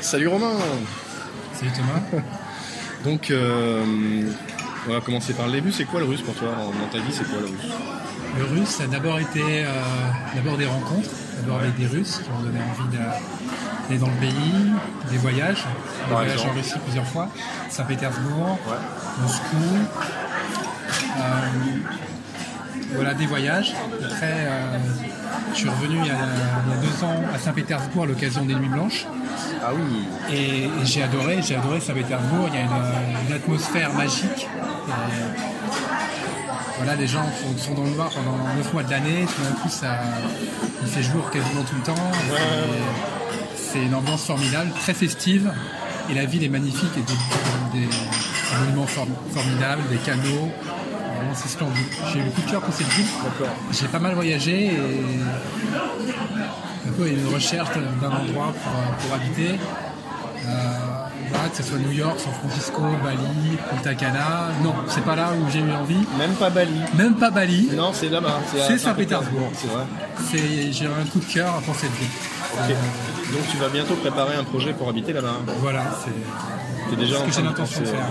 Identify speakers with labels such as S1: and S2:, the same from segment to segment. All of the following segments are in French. S1: Salut Romain
S2: Salut Thomas.
S1: Donc, euh, on va commencer par le début. C'est quoi le russe pour toi Dans ta vie, c'est quoi le russe
S2: Le russe, ça a d'abord été euh, d'abord des rencontres, d'abord avec des Russes qui m'ont donné envie d'a- d'aller dans le pays, des voyages, des
S1: Par
S2: voyages en
S1: exemple.
S2: Russie plusieurs fois, Saint-Pétersbourg,
S1: Ouais.
S2: Moscou. Euh, voilà, des voyages. Après, euh, je suis revenu il y, a, il y a deux ans à Saint-Pétersbourg à l'occasion des Nuits Blanches.
S1: Ah oui
S2: Et, et j'ai adoré, j'ai adoré Saint-Pétersbourg. Il y a une, une atmosphère magique. Et voilà, les gens font- sont dans le noir pendant 9 mois de l'année. Tout d'un coup, ça, il fait jour quasiment tout le temps. Et C'est une ambiance formidable, très festive. Et la ville est magnifique. Et des, des- des monuments form- formidables, des canaux. Vraiment, c'est splendide. J'ai eu le coup de cœur pour cette ville.
S1: D'accord.
S2: J'ai pas mal voyagé et un peu une recherche d'un endroit pour, euh, pour habiter. Euh, voilà, que ce soit New York, San Francisco, Bali, Punta Cana. Non, c'est pas là où j'ai eu envie.
S1: Même pas Bali.
S2: Même pas Bali.
S1: Non, c'est là-bas. à
S2: C'est Saint-Pétersbourg.
S1: C'est vrai.
S2: C'est- J'ai un coup de cœur pour cette ville.
S1: Ok.
S2: Euh,
S1: Donc, tu vas bientôt préparer un projet pour habiter là-bas.
S2: voilà, c'est.
S1: T'es déjà
S2: C'est ce
S1: en
S2: que j'ai
S1: train de
S2: l'intention de
S1: penser-
S2: faire.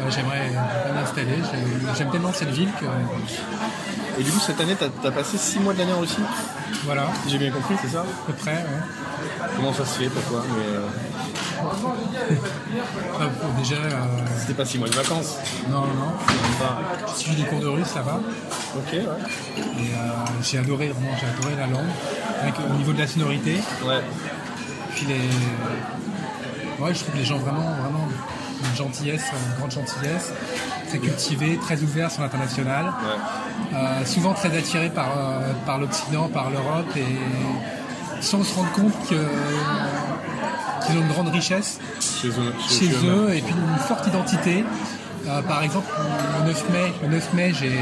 S2: Euh, J'aimerais bien m'installer. J'ai- J'aime tellement cette ville que
S1: euh, Et du coup, cette année, t'as as passé 6 mois de l'année en Russie
S2: voilà,
S1: Si J'ai bien compris, c'est ça
S2: à peu près. hein. ouais.
S1: Comment ça se fait Pourquoi Mais, euh,
S2: Ah, déjà, euh,
S1: C'était pas 6 mois de vacances.
S2: non, non, non.
S1: Même pas.
S2: J'ai suivi des cours de russe là-bas.
S1: Ok, ouais.
S2: Et euh, j'ai adoré, vraiment, j'ai adoré la langue. Avec, au niveau de la sonorité,
S1: Ouais.
S2: puis les. Ouais, je trouve les gens vraiment, vraiment une gentillesse, une grande gentillesse, très cultivés, très ouverts sur l'international,
S1: Ouais.
S2: euh, souvent très attirés par, euh, par l'Occident, par l'Europe, et sans se rendre compte que, qu'ils ont une grande richesse
S1: Chez eux. euh,
S2: chez eux et puis une forte identité. Euh, par exemple, le 9 mai, le 9 mai j'ai,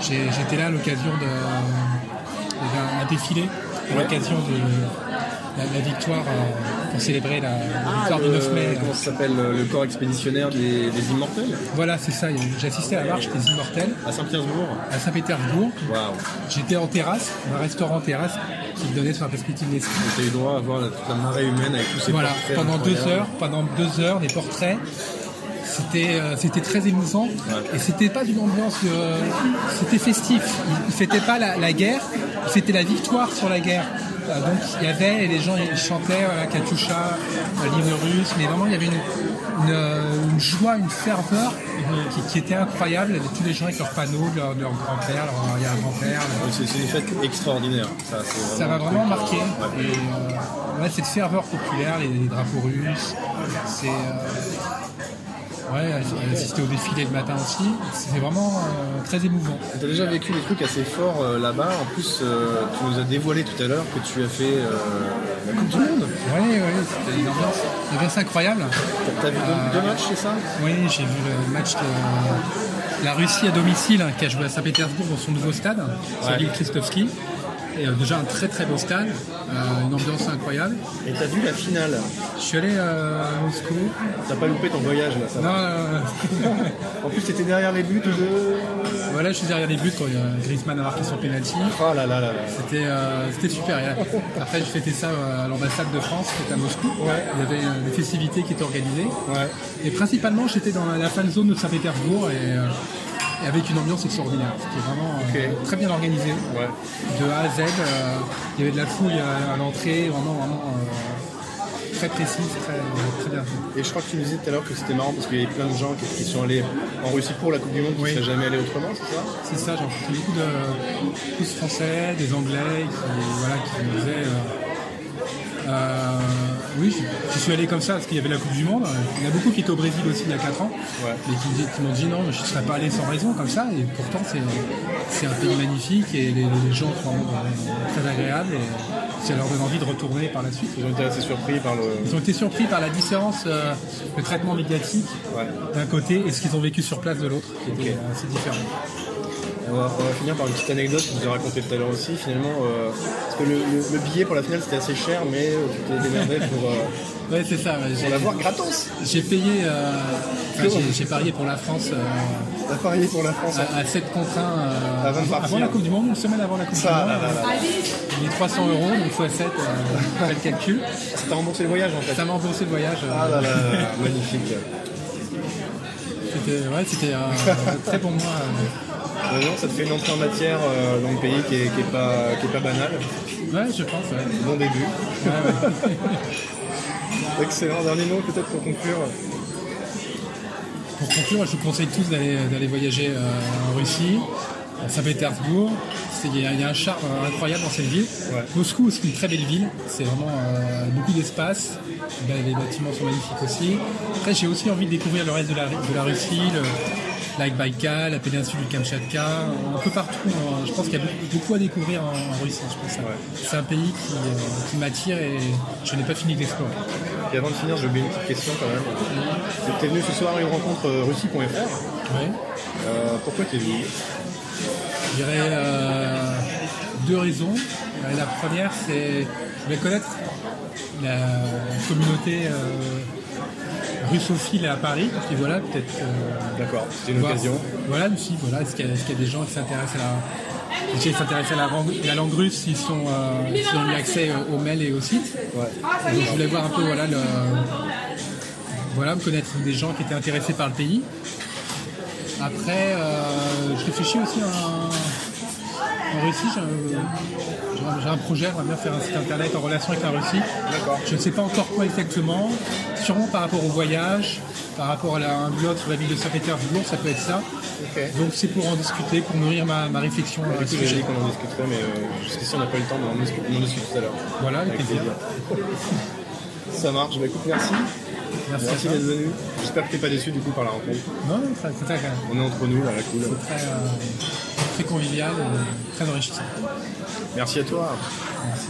S2: j'ai- j'étais là à l'occasion de, d'un- un défilé, à
S1: Ouais.
S2: l'occasion de la, la victoire euh, pour célébrer la, la
S1: Ah,
S2: victoire
S1: le,
S2: du 9 mai.
S1: comment ça s'appelle euh, le corps expéditionnaire des, des immortels
S2: Voilà, c'est ça. J'ai assisté à la marche des Immortels
S1: à Saint-Pétersbourg.
S2: à Saint-Pétersbourg.
S1: Waouh
S2: J'étais en terrasse, un restaurant terrasse qui donnait sur la perspective de l'esprit.
S1: T'as eu droit à voir la, toute la marée humaine avec tous ces
S2: Voilà,
S1: portraits
S2: pendant deux
S1: incroyables.
S2: heures, pendant deux heures, des portraits. C'était, euh, c'était très émouvant et c'était pas une ambiance, de- c'était festif. Ils- Ils fêtaient pas la, la guerre, ils fêtaient la victoire sur la guerre. Euh, donc il y avait et les gens ils chantaient voilà, Katusha, euh, l'hymne russe, mais vraiment il y avait une, une, euh, une joie, une ferveur euh, qui, qui était incroyable. Il y avait tous les gens avec leurs panneaux, de leur, de leur grand-père, leur arrière-grand-père. leur-
S1: C'est c'est des fêtes extraordinaires. Ça, c'est
S2: ça m'a
S1: un
S2: vraiment
S1: truc,
S2: marqué.
S1: euh, ouais.
S2: Et euh, ouais, cette ferveur populaire, les, les drapeaux russes, c'est. euh, ouais, j'ai assisté au défilé le matin aussi. C'était vraiment euh, très émouvant.
S1: T'as déjà vécu des trucs assez forts euh, là-bas. En plus, euh, tu nous as dévoilé tout à l'heure que tu as fait euh, la Coupe du Monde.
S2: Ouais, ouais, c'était une ambiance, une ambiance incroyable.
S1: T'as t'as vu deux, deux matchs, c'est ça
S2: Oui, j'ai vu le match de la Russie à domicile hein, qui a joué à Saint-Pétersbourg dans son nouveau stade, celui
S1: Ouais.
S2: de Kristovski. Et euh, déjà un très très beau stade, euh, une ambiance incroyable.
S1: Et t'as vu la finale.
S2: Je suis allé euh, à Moscou.
S1: T'as pas loupé ton voyage là. Ça.
S2: Non, euh, non, non.
S1: En plus, t'étais derrière les buts de.
S2: Voilà, je suis derrière les buts quand euh, Griezmann a marqué son penalty.
S1: Oh là là là là.
S2: C'était euh, c'était super. Et, euh, Après, j'ai fêté ça euh, à l'ambassade de France, qui était à Moscou.
S1: Ouais.
S2: Il y avait euh, des festivités qui étaient organisées.
S1: Ouais.
S2: Et principalement, j'étais dans la fan zone de Saint-Pétersbourg et, euh, et avec une ambiance extraordinaire. C'était vraiment euh,
S1: Ok.
S2: très bien organisé.
S1: Ouais.
S2: De A à Z, euh, il y avait de la fouille euh, à, à l'entrée, vraiment, vraiment euh, très précise, très, très bien.
S1: Et je crois que tu nous disais tout à l'heure que c'était marrant parce qu'il y avait plein de gens qui, qui sont allés en Russie pour la Coupe du Monde qui ne
S2: Oui.
S1: seraient jamais allés autrement, c'est ça
S2: C'est ça, j'ai rencontré beaucoup de tous français, des anglais qui, voilà, qui me disaient. euh, euh, oui, je, je suis allé comme ça parce qu'il y avait la Coupe du Monde. Il y en a beaucoup qui étaient au Brésil aussi il y a 4 ans
S1: Ouais.
S2: et qui, me disaient- qui m'ont dit non, mais je ne serais pas allé sans raison comme ça. Et pourtant, c'est, c'est un pays magnifique et les, les gens sont vraiment, euh, très agréables et ça leur donne envie de retourner par la suite.
S1: Ils ont été assez surpris par le.
S2: Ils ont été surpris par la différence, euh, le traitement médiatique
S1: Ouais.
S2: d'un côté et ce qu'ils ont vécu sur place de l'autre, qui était
S1: Ok.
S2: assez différent.
S1: on va, on va finir par une petite anecdote que je vous ai racontée tout à l'heure aussi. Finalement, euh, parce que le, le- le billet pour la finale c'était assez cher, mais euh, tu t'es démerdé pour, euh,
S2: Ouais, c'est ça. ouais,
S1: pour
S2: j'ai-
S1: l'avoir gratos.
S2: J'ai payé, euh, enfin,
S1: Comment
S2: j'ai- j'ai parié pour la France euh,
S1: T'as parié pour la France.
S2: à, à 7 contre 1 euh,
S1: Avant de partir.
S2: avant la Coupe du Monde, une semaine avant la Coupe
S1: Ça,
S2: du
S1: là,
S2: Monde.
S1: là, là.
S2: Il est 300 euros, donc fois 7, euh, fait le calcul.
S1: T'as remboursé le voyage en fait.
S2: Ça m'a remboursé le voyage. euh,
S1: Ah là là, là, là, magnifique.
S2: C'était ouais, c'était, euh, très pour moi. euh.
S1: Euh, non, ça te fait une entrée en matière euh, dans le pays qui est, qui est pas, qui est pas banal.
S2: euh, Ouais, je pense. ouais.
S1: Bon début.
S2: Ouais, ouais.
S1: Excellent. Dernier mot peut-être pour conclure.
S2: Pour conclure, je vous conseille tous d'aller d'aller voyager euh, en Russie, à Saint-Pétersbourg. C'est- Il y, a il y a un charme euh, incroyable dans cette ville.
S1: Ouais.
S2: Moscou, c'est une très belle ville. C'est vraiment euh, beaucoup d'espace. Ben, les bâtiments sont magnifiques aussi. Après, j'ai aussi envie de découvrir le reste de la, de la Russie, le lac Baïkal, la péninsule du Kamchatka, un peu partout. hein. Je pense qu'il y a beaucoup- beaucoup à découvrir en, en Russie. Je pense que ça-
S1: Ouais.
S2: C'est un pays qui, euh, qui m'attire et je n'ai pas fini de l'explorer.
S1: Et avant de finir, j'ai oublié une petite question quand même. T'es venu ce soir à une rencontre euh, russie.fr.
S2: Ouais.
S1: Euh, pourquoi t'es venu
S2: Je dirais euh, deux raisons. Euh, La première, c'est je voulais connaître la communauté euh, russophile à Paris, parce que voilà, peut-être. euh,
S1: D'accord, c'était une
S2: voir-
S1: occasion.
S2: Voilà, aussi, voilà, est-ce qu'il y, a- est-ce qu'il y a des gens qui s'intéressent à la. qui s'intéressent à la, langue- la langue russe, s'ils sont, euh, s'ils ont eu accès euh, aux mails et aux sites.
S1: Ouais.
S2: Donc, je voulais voir un peu, voilà, le, voilà, me connaître des gens qui étaient intéressés par le pays. Après, euh, je réfléchis aussi à un- en Russie. J'ai un- j'ai un, j'ai un projet, j'aimerais bien faire un site internet en relation avec la Russie.
S1: D'accord.
S2: Je ne sais pas encore quoi exactement. Sûrement par rapport au voyage, par rapport à la- un blog sur la ville de Saint-Pétersbourg, ça peut être ça.
S1: Ok.
S2: Donc c'est pour en discuter, pour nourrir ma, ma réflexion. à
S1: Du
S2: ce
S1: coup, j'ai
S2: sujet.
S1: dit qu'on en discuterait, mais euh, jusqu'ici on n'a pas eu le temps, mais on en discute, on en discute tout à l'heure.
S2: Voilà, avec plaisir.
S1: Ça marche, bah écoute, merci.
S2: Merci,
S1: Merci
S2: à toi.
S1: d'être venu. J'espère que t'es pas déçu du coup par la rencontre.
S2: Non, non, ça- c'est très,
S1: On est entre nous, à la cool.
S2: très, euh, très convivial, et très enrichissant.
S1: Merci à toi.
S2: Merci.